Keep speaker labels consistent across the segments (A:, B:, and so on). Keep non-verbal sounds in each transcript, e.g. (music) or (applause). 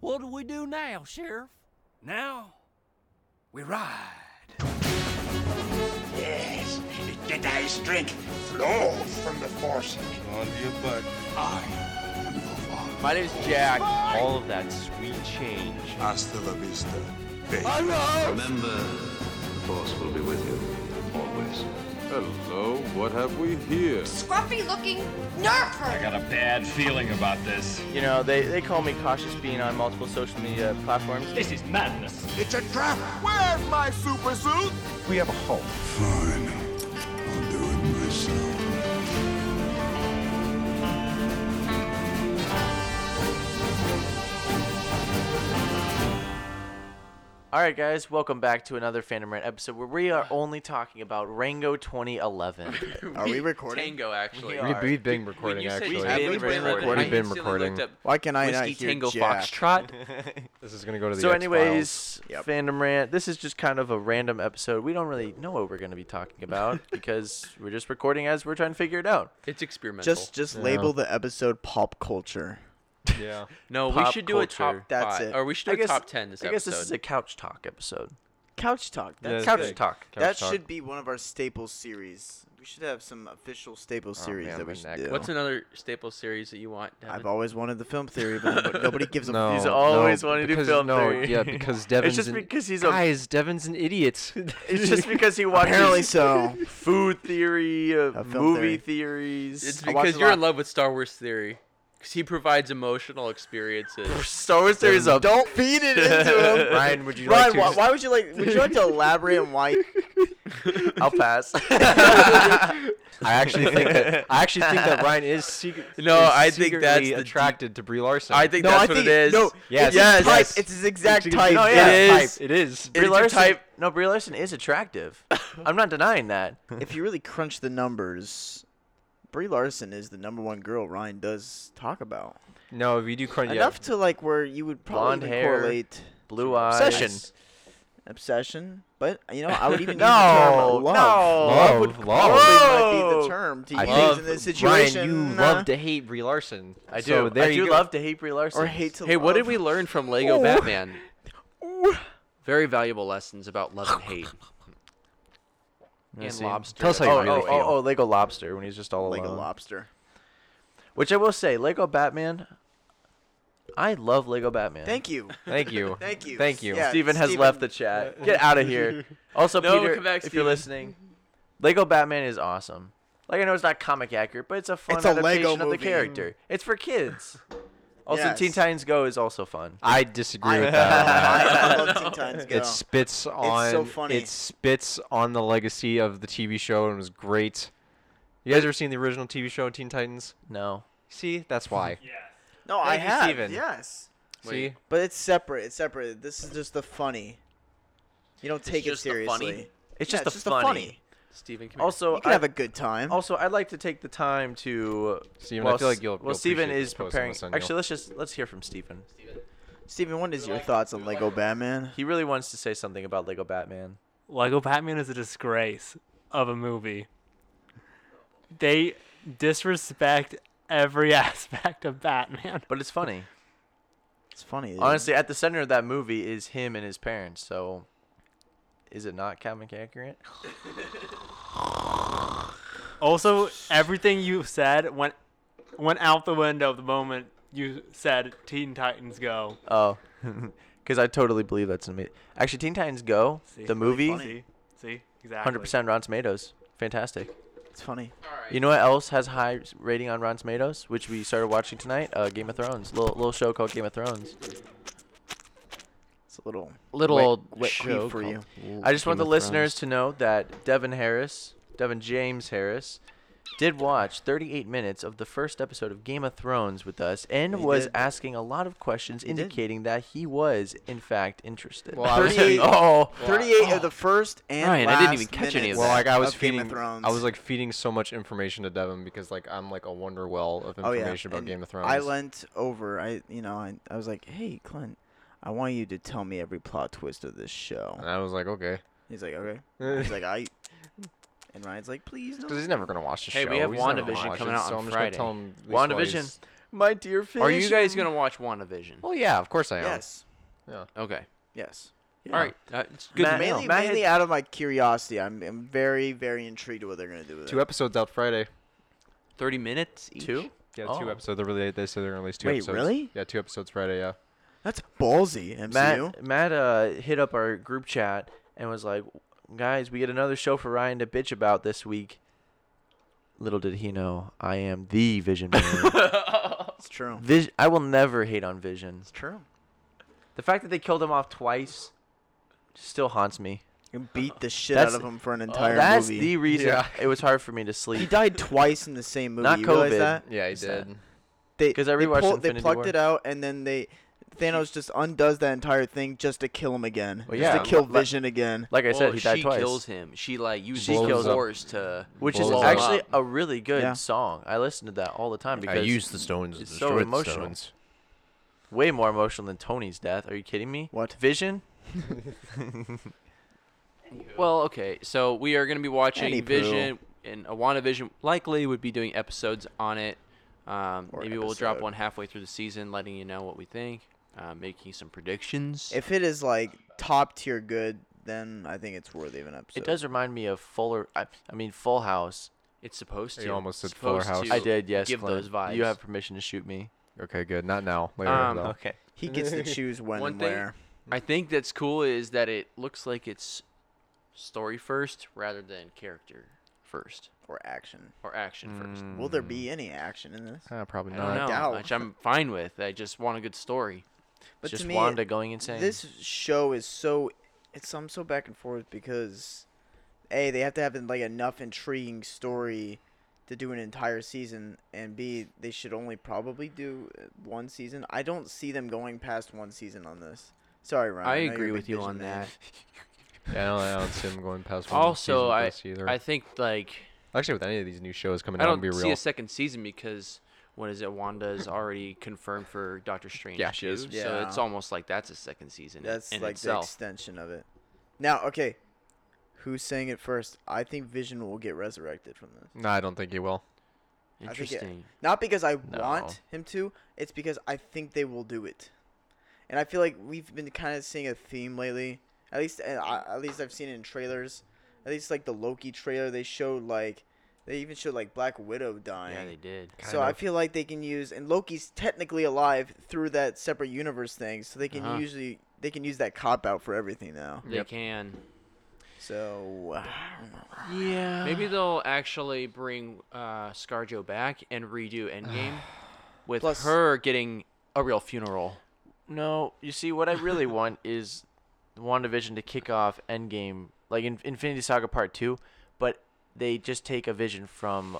A: What do we do now, Sheriff?
B: Now, we ride.
C: Yes, the dice drink flows from the force.
D: Onto your butt.
C: I am your father.
E: My name's Jack. All of that sweet change.
D: Hasta la vista, baby.
F: Remember, the Force will be with you always.
G: Hello, what have we here?
H: scruffy looking nerf herder.
I: got a bad feeling about this.
E: You know, they, they call me Cautious Bean on multiple social media platforms.
I: This is madness.
C: It's a trap.
G: Where's my super suit?
F: We have a hope.
D: Fine. I'll do it myself.
E: Alright, guys, welcome back to another Phantom Rant episode where we are only talking about Rango
J: (laughs)
E: 2011.
J: Are we recording?
K: Tango, actually.
E: We are.
K: When
L: We've been recording
K: you said
L: actually.
K: tango,
E: We've been
K: I
E: recording.
L: We've been
K: instantly
L: recording.
K: looked up
J: Why can I not
K: Whiskey
J: hear
K: Tango
J: Jack?
K: Foxtrot.
L: This is gonna go to the
E: so,
L: X-Files.
E: anyways,
J: Yep.
E: Phantom Rant. This is just kind of a random episode. We don't really know what we're going to be talking
J: (laughs)
E: about because we're just recording as we're trying to figure it out.
K: (laughs) It's experimental.
J: Just just label the episode pop culture.
L: yeah.
K: no, we
E: pop
K: should do a
E: culture.
K: top.
J: That's
K: five-
J: it.
K: Or we should do
E: I
K: a
E: guess-
K: top ten this
E: I
K: episode.
E: guess this is a couch talk episode.
J: Couch talk. That's
L: Yeah,
E: couch
L: it's big.
J: (laughs)
E: talk.
L: Couch
J: that
L: talk.
J: should be one of our staple series. We should have some official staple series
L: Oh, man,
J: that
L: my
J: we should
L: neck.
J: do.
K: What's another staple series that you want? Devin?
J: I've always wanted the film theory,
L: (laughs)
J: but nobody gives a
L: No,
J: f-
E: He's always
L: no,
E: wanted to
L: because-
E: film
L: no,
E: theory.
L: yeah, because Devin's
E: just
L: an-
E: because he's a-
L: guys. Devin's an idiot. (laughs)
E: It's just because he watches
K: (laughs)
J: Apparently so.
E: food theory, uh,
J: A film
E: movie
J: theory.
E: theories.
K: It's
J: I watch
K: because
J: a
K: you're
J: lot-
K: in love with Star Wars theory. Because he provides emotional
E: (laughs)
K: experiences.
E: Star Wars theories up.
J: Don't feed it into
E: (laughs)
J: him.
L: Ryan, would you
J: Ryan,
L: like to?
J: why,
L: just-
J: why would you like? Would you
K: (laughs)
J: like to elaborate on why?
E: I'll
J: (laughs)
E: pass. (laughs)
L: (laughs) I actually think that I actually think that Ryan is secret.
K: No,
L: is
K: I think that's
L: secretly
K: the-
L: attracted to Brie Larson.
K: I think
J: No,
K: that's
J: I
K: what
J: think
K: it is.
J: no.
L: Yes.
J: It's
K: Yes.
J: his type.
K: Yes.
J: It's his exact
L: It's-
J: type.
E: No,
L: it's
E: yeah.
L: that
K: It
L: type.
K: is.
L: It is.
E: Brie
K: your
E: Larson.
K: type?
E: No, Brie Larson is
J: (laughs)
E: attractive. I'm not denying that.
J: If you really crunch the numbers, Brie Larson is the number one girl Ryan does talk about.
L: No, if you do crunch,
J: Enough to like where you would
E: Blonde
J: probably even
E: hair.
J: correlate
E: Blue eyes.
J: Obsession. obsession, but you know I would
L: (laughs)
J: even use
E: No,
J: the term love.
E: no.
L: Love
J: would
L: love.
J: probably might be
E: Whoa.
J: the term to
L: I
J: use
L: think
J: in this
L: Ryan,
J: situation.
L: you
J: uh,
L: love to hate Brie Larson.
E: I do.
L: So there
E: I
L: you
E: do
L: go.
E: love to hate Brie Larson.
J: or hate
K: (laughs)
J: to.
K: Hey, what did
J: love.
K: we learn from Lego Batman? Very valuable lessons about love and hate.
E: Yeah,
K: and
E: see?
K: lobster.
L: Tell us how
E: Oh,
L: you
E: oh,
L: really
E: oh,
L: feel.
E: oh, Lego Lobster when he's just all
J: Like a
E: alone.
J: lobster.
E: Which I will say, Lego Batman. I love Lego Batman.
J: Thank
L: (laughs)
J: you.
L: Thank you.
J: Thank you.
L: Thank you.
J: Yeah,
E: Steven has
J: Steven-
E: left the chat. Get out of here.
K: (laughs)
E: Also,
K: No,
E: Peter,
K: come back,
E: if you're
K: Steven.
E: listening, Lego Batman is awesome. Like I know it's not comic accurate, but it's a fun
J: It's a Lego
E: adaptation of the
J: movie.
E: character. It's for kids. Also,
J: Yes.
E: Teen Titans Go is also fun.
L: I disagree
J: I,
L: with
J: (laughs)
L: that. (laughs)
J: I, I love Teen Titans Go.
L: It spits on.
J: funny.
L: It spits on the legacy of the TV show and was great. You guys ever seen the original TV show Teen Titans?
E: No,
L: See, that's (laughs) why.
J: no, I
L: Thank you,
J: have.
L: Steven.
J: Yes,
L: See,
J: but it's separate. It's separate. This is just the funny. You don't take
K: just
J: it
K: the funny?
J: seriously.
E: it's
J: Yeah,
E: just,
J: it's
E: a,
J: just the
E: funny.
J: funny.
K: (laughs) Steven, come here.
E: Also,
J: You can
E: I,
J: have a good time.
E: also I'd like to take the time to.
L: Steven, I
E: well,
L: feel like
E: s-
L: you'll-
E: well,
L: you'll
E: Steven
L: appreciate
E: is
L: this post on
E: preparing.
L: this, and
E: Actually,
L: you'll-
E: let's just let's hear from Steven.
J: Steven, what is your thoughts on Lego Batman?
E: He really wants to say something about Lego Batman.
I: Lego Batman is a disgrace of a movie. They disrespect every (laughs) aspect of Batman.
E: But it's funny.
J: It's funny. dude.
E: Honestly, at the center of that movie is him and his parents. So, is it not comic accurate?
I: Also, everything you said went went out the window the moment you said Teen Titans Go.
E: Oh, because I totally believe that's amazing. Actually, Teen Titans Go,
I: See,
E: the movie,
I: See, see, exactly.
E: hundred percent Rotten Tomatoes, fantastic.
J: it's funny.
E: You know what else has high s- rating on Rotten Tomatoes, which we started watching tonight? Uh, Game of Thrones, little little show called Game of Thrones.
J: It's a little
K: little
J: wet-
K: old
J: wet
K: show
J: queef for you.
E: I just want the listeners to know that Devin Harris, Devin James Harris, did watch 38 minutes of the first episode of Game of Thrones with us and
J: He
E: was
J: did.
E: asking a lot of questions
J: did.
E: indicating that he was in fact interested.
K: Well, I was
J: 38
K: oh,
E: oh,
J: 38 of the first and
K: Ryan, I
J: last
K: didn't even catch any of
J: minutes
K: that.
L: Well, like I was
J: of
L: feeding,
J: Game of Thrones.
L: I was like feeding so much information to Devin because like I'm like a wonder well of
J: oh yeah,
L: information about
J: and
L: Game of Thrones.
J: I lent over. I you know I, I was like, hey Clint, I want you to tell me every plot twist of this show.
L: and I was like, okay,
J: He's
L: (laughs)
J: like, okay. He's
L: because
J: like, I. And Ryan's like, please no.
L: he's never gonna watch the
K: Hey,
L: show.
K: we have
L: He's never gonna
K: WandaVision
L: watch
K: coming
L: it,
K: out
L: so
K: on
L: I'm just gonna
K: Friday.
L: tell him at least what he's-
E: WandaVision.
J: My dear fish.
K: Are you guys gonna watch WandaVision?
L: Well, Oh, yeah, of course I am.
J: Yes.
L: Yeah.
K: Okay.
J: Yes.
K: All right. Uh, it's good.
J: Ma-
K: to know.
J: mainly, mainly out of my curiosity. I'm, I'm very, very intrigued what they're gonna do with
L: Two
J: it.
L: episodes out Friday.
K: Thirty minutes each.
E: Two?
L: Yeah,
E: Oh.
L: two episodes. They really they said they're gonna release two
J: Wait,
L: episodes.
J: really?
L: Yeah, two episodes Friday. Yeah.
J: That's ballsy, MCU.
E: Matt, Matt uh, hit up our group chat and was like, "Guys, we get another show for Ryan to bitch about this week." Little did he know, I am the Vision
J: (laughs)
E: man.
J: It's true.
E: Vis- I will never hate on Vision.
J: It's true.
E: The fact that they killed him off twice still haunts me.
L: Uh,
J: You beat the shit
E: That's-
J: out of him for an
K: uh,
J: entire
E: That's
J: movie.
E: the reason
L: Yeah.
E: it was hard for me to
J: he
E: sleep.
J: died twice in the same movie.
E: Not
J: you realize
E: COVID.
J: that?
L: Yeah, he
E: It's that.
L: did.
J: They
E: 'Cause I
J: they
E: rewatched
J: pulled- They
E: Infinity
J: plucked
E: War.
J: it out, and then they Thanos just undoes that entire thing just to kill him again,
E: Well,
J: just
E: yeah,
J: to kill
E: li- li-
J: Vision again.
E: Like I
K: Well,
E: said, he died
K: Oh, she
E: twice.
K: kills him. She like uses
E: She
K: the
E: kills him.
K: force to
E: which is
K: blow him
E: actually
K: up.
E: a really good
J: Yeah.
E: song. I listen to that all the time because
L: the stones.
E: to it's so destroy the emotional. stones. way more emotional than Tony's death. Are you kidding me?
J: What?
E: Vision?
K: Well, okay. So we are going to be watching
J: Anywho.
K: Vision and Awana Vision. Likely would be doing episodes on it. Um,
J: Or
K: maybe we'll drop
J: episode.
K: one halfway through the season, letting you know what we think, uh, making some predictions.
J: If it is like top tier good, then I think it's worthy of an episode.
E: It does remind me of Fuller. I, I mean Full House.
K: it's supposed to.
L: You almost said Fuller
K: supposed
L: House.
K: to
E: I did. Yes.
K: Give
E: Clint.
K: those vibes.
E: You have permission to shoot me.
L: Okay, good. Not now. Later.
K: Um,
L: though.
E: Okay.
J: He gets
E: (laughs)
J: to choose when
K: One
J: and
K: thing-
J: where.
K: I think that's cool is that it looks like it's story first rather than character first
J: Or action.
K: or action first.
J: Will
E: Hmm.
J: there be any action in this?
L: Ah, probably
K: I
L: not.
K: don't know,
J: Mm, doubt.
K: which I'm fine with. I just want a good story.
J: But
E: Just
J: to me,
E: Wanda going insane.
J: this show is so it's I'm so back and forth because a they have to have like enough intriguing story to do an entire season, and b they should only probably do uh, one season. I don't see them going past one season on this. Sorry, Ryan.
K: I,
J: know you're a
K: agree
J: big
K: with you
J: Vision
K: on
J: man.
K: that.
L: Yeah, I don't, I don't see him going past
K: (laughs)
L: one
K: Also,
L: season
K: I
L: with this either.
K: I think like
L: Actually, with any of these new shows coming
K: I
L: out, I'll
K: don't
L: be
K: see
L: real.
K: a second season because what is it? Wanda is already confirmed for Doctor Strange.
L: Yeah, she is.
K: 2, So it's
J: Yeah.
K: almost like that's a second season. in-
J: That's
K: in
J: like the
K: itself.
J: extension of it. Now, okay, who's saying it first? I think Vision will get resurrected from this.
L: no, I don't think he will.
J: I think it-
K: Interesting.
J: not because I
E: No.
J: want him to. It's because I think they will do it. And I feel like we've been kind of seeing a theme lately. At least, uh, I- at least I've seen it in trailers. At least like the Loki trailer, they showed like they even showed like Black Widow dying.
K: Yeah, they did.
J: so I feel like they can use and Loki's technically alive through that separate universe thing. So they can
K: Uh-huh.
J: usually they can use that cop out for everything now.
K: They can.
J: So I don't know.
E: yeah.
K: Maybe they'll actually bring uh, ScarJo back and redo Endgame with
J: Plus-
K: her getting a real funeral.
E: No, you see, what I
J: (laughs)
E: really want is WandaVision to kick off Endgame, like in Infinity Saga Part 2, but they just take a vision from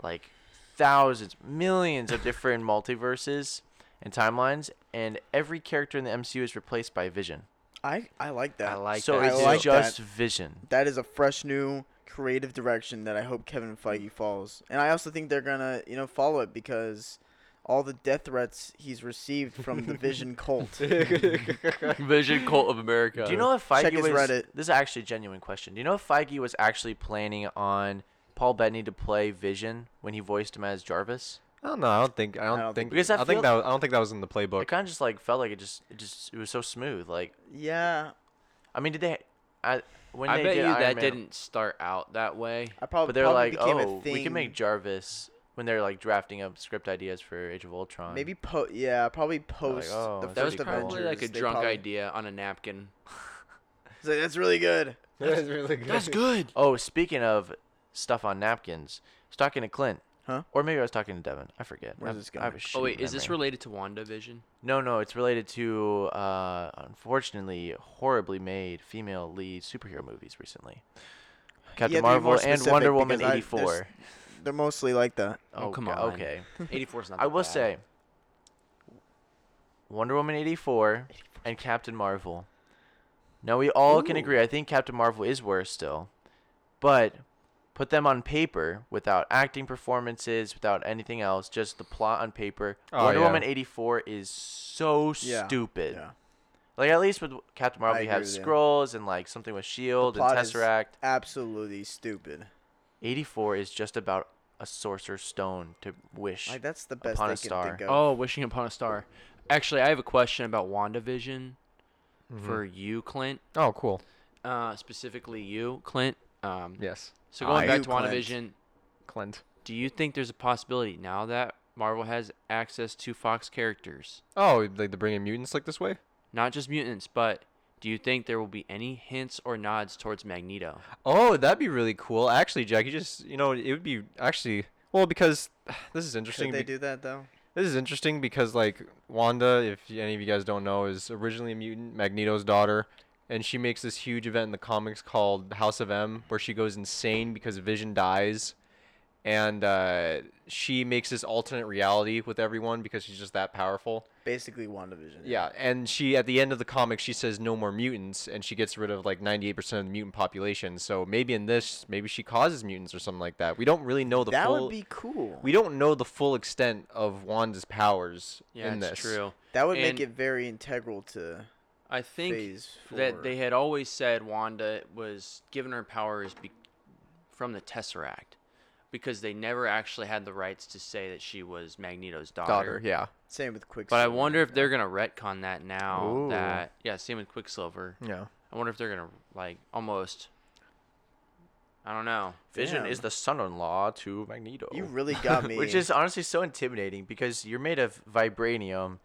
E: like thousands, millions of
J: (laughs)
E: different multiverses and timelines, and every character in the MCU is replaced by Vision.
J: I I like that.
K: I like
E: so
K: that.
E: it's
J: I like
E: just
J: that.
E: Vision.
J: that is a fresh new creative direction that I hope Kevin Feige follows. And I also think they're gonna, you know, follow it because all the death threats he's received from the Vision cult.
K: Vision Cult of America.
E: Do you know if Feige
J: Check his
E: was?
J: Reddit.
E: This is actually a genuine question. Do you know if Feige was actually planning on Paul Bettany to play Vision when he voiced him as Jarvis?
L: I don't know. I don't think. I don't,
J: I don't
L: think.
J: think-
E: Because I
L: I, think
E: feel-
L: that. Was, I don't think that was in the
E: It
L: playbook.
E: kind of just like felt like it just, it just, it was so smooth. Like
J: yeah,
E: I mean, did they? I when
K: I
E: they
K: bet
E: did
K: you
E: Iron
K: that
E: Man,
K: didn't start out that way.
J: I probably.
E: But they're
J: probably
E: like,
J: became
E: oh,
J: a thing.
E: we can make Jarvis when they're like drafting up script ideas for Age of Ultron.
J: maybe po. Yeah, probably post
E: oh,
J: the
E: That
K: That was
J: first
E: pretty cool.
K: probably
J: Avengers.
K: like a
J: They
K: drunk
J: probably-
K: idea on a napkin.
J: It's like, That's really good.
L: That's really
K: (laughs)
L: good.
K: That's good.
E: Oh, speaking of stuff on napkins, I was talking to Clint.
J: Huh?
E: Or maybe I was talking to Devin. I forget.
J: Where's
E: I-
J: this
E: I
J: going?
E: have a
K: Oh wait,
E: shitty
K: is this
E: memory.
K: related to WandaVision?
E: No, no. It's related to uh, unfortunately horribly made female lead superhero movies recently. Captain
J: have to be
E: Marvel
J: more
E: and
J: specific
E: Wonder Woman
J: because I-
E: eighty
J: there's-
E: four.
J: They're mostly like that.
K: Oh, come
E: go-
K: on.
E: Okay.
K: 84 is not.
E: I
K: that
E: will
K: bad.
E: say, Wonder Woman 84 and Captain Marvel. Now, we all can agree, I think Captain Marvel is worse still. But put them on paper without acting performances, without anything else, just the plot on paper.
L: Oh,
E: Wonder
L: yeah.
E: Woman 84 is so
J: Yeah,
E: stupid.
J: yeah.
E: Like, at least with Captain Marvel, you
J: agree
E: have
J: with you.
E: scrolls and, like, something with S.H.I.E.L.D. E and
J: plot is-
E: Tesseract.
J: Absolutely stupid.
E: 84 is just about a sorcerer's stone to wish
J: Like, that's the best
E: upon
J: they
E: a
J: can
E: star.
J: think of.
K: Oh, wishing upon a star. Actually, I have a question about WandaVision
E: Mhm.
K: for you, Clint.
L: Oh, cool.
K: Uh, specifically you, Clint. Um,
L: Yes.
K: So going
L: I-
K: back
L: You,
K: to
L: Clint.
K: WandaVision,
L: Clint.
K: do you think there's a possibility now that Marvel has access to Fox characters,
L: Oh, like they're bringing mutants like this way?
K: not just mutants, but do you think there will be any hints or nods towards Magneto?
L: Oh, that'd be really cool. Actually, Jack, you just you know it would be actually well because (sighs) this is interesting.
J: Could they
L: be-
J: do that though?
L: This is interesting because like Wanda, if y- any of you guys don't know, is originally a mutant, Magneto's daughter, and she makes this huge event in the comics called House of M, where she goes insane because Vision dies, and uh, she makes this alternate reality with everyone because she's just that powerful.
J: Basically, WandaVision.
L: Yeah, and she at the end of the comic she says no more mutants, and she gets rid of like ninety eight percent of the mutant population. So maybe in this, maybe she causes mutants or something like that. We don't really know the
J: That
L: full.
J: would be cool.
L: We don't know the full extent of Wanda's powers
K: Yeah,
L: in
K: that's
L: this.
K: true.
J: That would
K: And-
J: make it very integral to.
K: I think
J: Phase
K: that
J: four.
K: they had always said Wanda was given her powers be- from the Tesseract because they never actually had the rights to say that she was Magneto's daughter.
L: Daughter, yeah.
J: Same with Quicksilver.
K: But I wonder if they're gonna retcon that now.
L: Ooh.
K: That yeah, same with Quicksilver.
L: Yeah.
K: I wonder if they're gonna like almost. I don't know.
E: Vision is
K: Damn.
E: the son-in-law to Magneto. (laughs)
J: You really got me.
E: Which is honestly so intimidating because you're made of vibranium,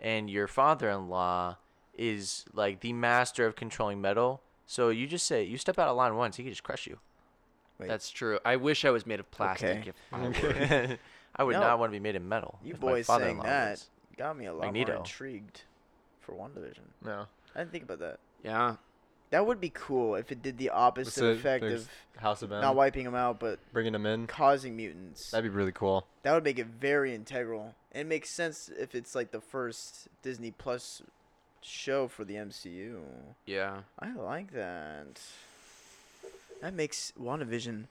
E: and your father-in-law is like the master of controlling metal. So you just say you step out of line once, he can just crush
J: (laughs)
E: you. (laughs)
J: Wait.
K: That's true. I wish I was made of plastic.
J: Okay.
K: If I (laughs) were.
E: I would
J: No.
E: not want to be made of metal.
J: You
E: if my
J: boys saying
E: father-in-law
J: that
E: was.
J: got me a lot
E: Magneto.
J: more intrigued for WandaVision.
L: No.
J: I didn't think about that.
K: yeah.
J: That would be cool if it did the
L: It's
J: opposite
L: a-
J: effect
L: there's um,
J: of
L: House of M.
J: not wiping them out, but
L: bringing them in.
J: causing mutants.
L: That'd be really cool.
J: That would make it very integral. It makes sense if it's like the first Disney Plus show for the MCU.
K: Yeah.
J: I like that. That makes WandaVision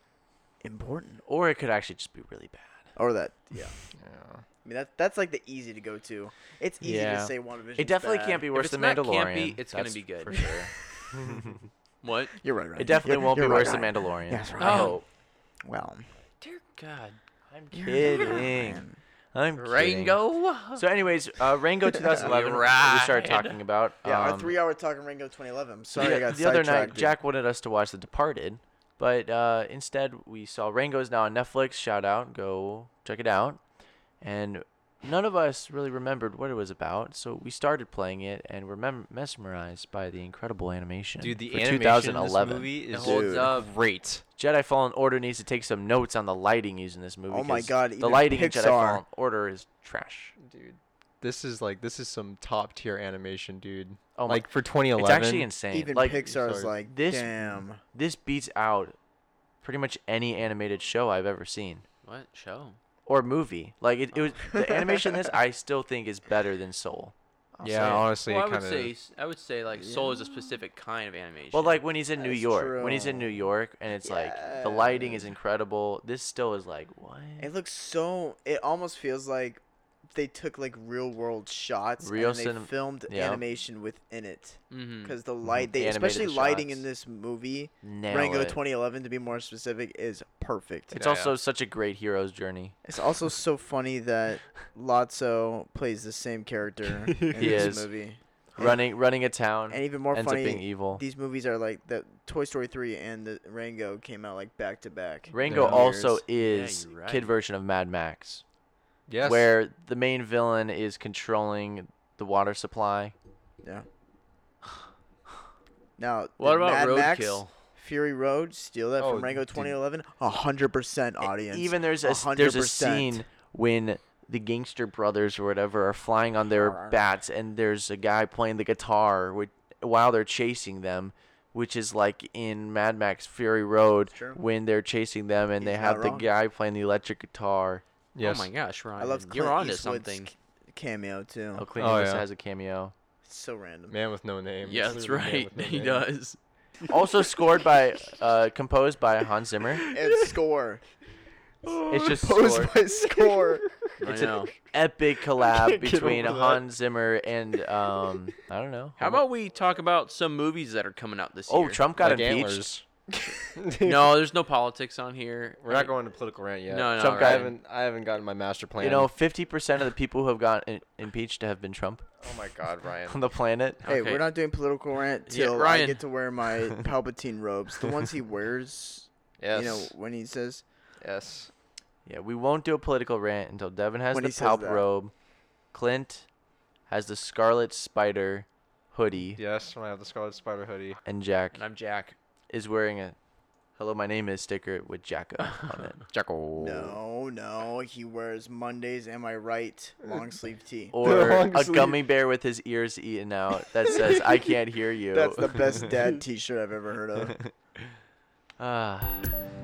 J: important.
E: Or it could actually just be really bad.
J: Or
E: (laughs)
J: that, yeah.
L: Yeah.
J: I mean, that, that's like the easy to go to. It's easy
E: Yeah.
J: to say WandaVision.
E: It definitely can't be
K: If
E: worse
K: it's
E: than
K: not
E: Mandalorian.
K: can't be, it's gonna
E: that's
K: be good.
E: for sure.
K: (laughs) What?
J: You're right, right.
E: It definitely
J: (laughs)
E: won't be worse
J: right.
E: than Mandalorian.
J: Yes, right.
E: I
J: Oh.
E: hope. (laughs)
J: Well,
K: Dear God. I'm
E: Kidding. I'm kidding.
K: Rango.
E: So, anyways, uh,
L: (laughs)
E: Rango 2011.
K: Right.
E: We started talking about.
J: yeah, our
E: um,
J: three-hour talk on Ringo 2011. I'm
E: the,
J: sorry, I got
E: the other night,
J: sidetracked.
E: Jack wanted us to watch The Departed, but uh, instead we saw Rango's now on Netflix. Shout out, go check it out. And none of us really remembered what it was about, so we started playing it and were mem- mesmerized by the incredible animation.
L: Dude, the
E: for
L: animation in this
E: 2011
L: movie
E: It
L: is
E: holds
J: Dude.
E: up great. Jedi Fallen Order needs to take some notes on the lighting used in this movie.
J: Oh my
E: 'cause
J: God,
E: the
J: even
E: lighting in Jedi
J: Pixar.
E: Fallen Order is trash.
L: Dude, this is like this is some top tier animation, dude.
E: Oh my-
L: like for 2011.
E: It's actually insane.
J: Even
E: like,
J: Pixar's
L: sorry.
J: like,
E: this-
J: damn.
E: this beats out pretty much any animated show I've ever seen
K: What show?
E: or movie. Like it, it
J: (laughs)
E: was the animation. in This I still think is better than Soul. I'll
L: yeah,
E: say it.
L: honestly,
K: well, I
L: it
K: would
L: kind
K: say
L: of.
K: s- I would say like Soul is a specific kind of animation.
E: Well, like when he's in New
J: That's
E: York, when he's in
J: true.
E: New York, and it's like the lighting is incredible. This still is like what?
J: It looks so. It almost feels like they took like real world shots
E: Real
J: and they
E: cinem-
J: filmed
E: yeah. Mm-hmm.
J: animation within it.
K: Mhm.
J: Because the light, they
E: Animated
J: especially lighting in
E: shots.
J: this movie,
E: Nail
J: Rango
E: it.
J: 2011 to be more specific, is perfect.
E: It's
K: Yeah,
E: also
K: yeah.
E: such a great hero's journey.
J: It's also so funny that Lotso plays the
E: (laughs)
J: same character in
E: He
J: this
E: is.
J: movie. And-
E: Running, running a town,
J: and even more
E: ends
J: funny,
E: up being evil.
J: these movies are like the Toy Story 3 and the Rango came out like back to back.
E: Rango
L: Yeah.
E: also
J: Years.
E: is
K: you're right.
E: kid version of Mad Max,
L: Yes.
E: where the main villain is controlling the water supply.
J: Yeah. Now,
K: What
J: the
K: about
J: Mad Max,
K: Roadkill?
J: Fury Road, steal that
L: Oh,
J: from Rango
L: dude.
J: 2011. A hundred percent
E: E-
J: audience.
E: Even there's a s- there's a scene when the gangster brothers or whatever are flying on their bats, and there's a guy playing the guitar with, while they're chasing them, which is like in Mad Max Fury Road
J: Sure.
E: when they're chasing them, and they
J: He's
E: have
J: not
E: the
J: wrong.
E: guy playing the electric guitar.
L: Yes.
K: Oh my gosh, Ron.
J: I love Clint
K: You're onto
J: Eastwood's
K: something.
J: c- cameo too.
E: Oh, Clint
L: Oh,
E: Eastwood
L: yeah.
E: has a cameo.
J: It's so random.
L: Man with no name.
K: Yeah,
L: It's
K: that's
L: literally
K: right.
L: Man with no
K: (laughs) he
L: name.
K: does.
E: also scored by, uh, composed by Hans Zimmer. (laughs)
J: It's score.
E: It's just
J: Posed
E: scored.
L: (laughs)
J: by score.
K: I
E: It's an
K: know.
E: epic collab
L: get
E: between
L: over that.
E: Hans Zimmer and um, I don't know.
K: How about we talk about some movies that are coming out this
E: Oh,
K: year?
E: Trump got
L: Like
E: impeached.
L: antlers. (laughs)
K: no, there's no politics on here.
L: We're not going to political rant yet.
K: No, no,
L: Trump,
K: right.
L: I haven't, I haven't gotten my master plan.
E: You know, 50% of the people who have gotten impeached have been Trump (laughs)
L: oh my God, Ryan.
E: on the planet.
J: Hey, we're not doing political rant
E: Yeah,
J: till I
E: Ryan.
J: get to wear
E: (laughs)
J: my Palpatine robes, the ones he wears. You know
L: Yes.
J: when he says,
L: Yes.
E: Yeah, we won't do a political rant until Devin has
J: When
E: the
J: he says
E: palp
J: that.
E: robe. Clint has the scarlet spider hoodie,
L: Yes, when I have the Scarlet Spider hoodie.
E: and Jack
K: And I'm Jack.
E: is wearing a "Hello, my name is" sticker with Jacko on
J: (laughs)
E: it. Jacko.
J: "No, no, he wears Mondays. Am I right? Long sleeve tee."
E: Or
L: long
E: a
L: sleeve.
E: gummy bear with his ears eaten out that says "I
J: (laughs)
E: can't hear you."
J: That's the best dad T-shirt I've ever heard of.
E: Ah.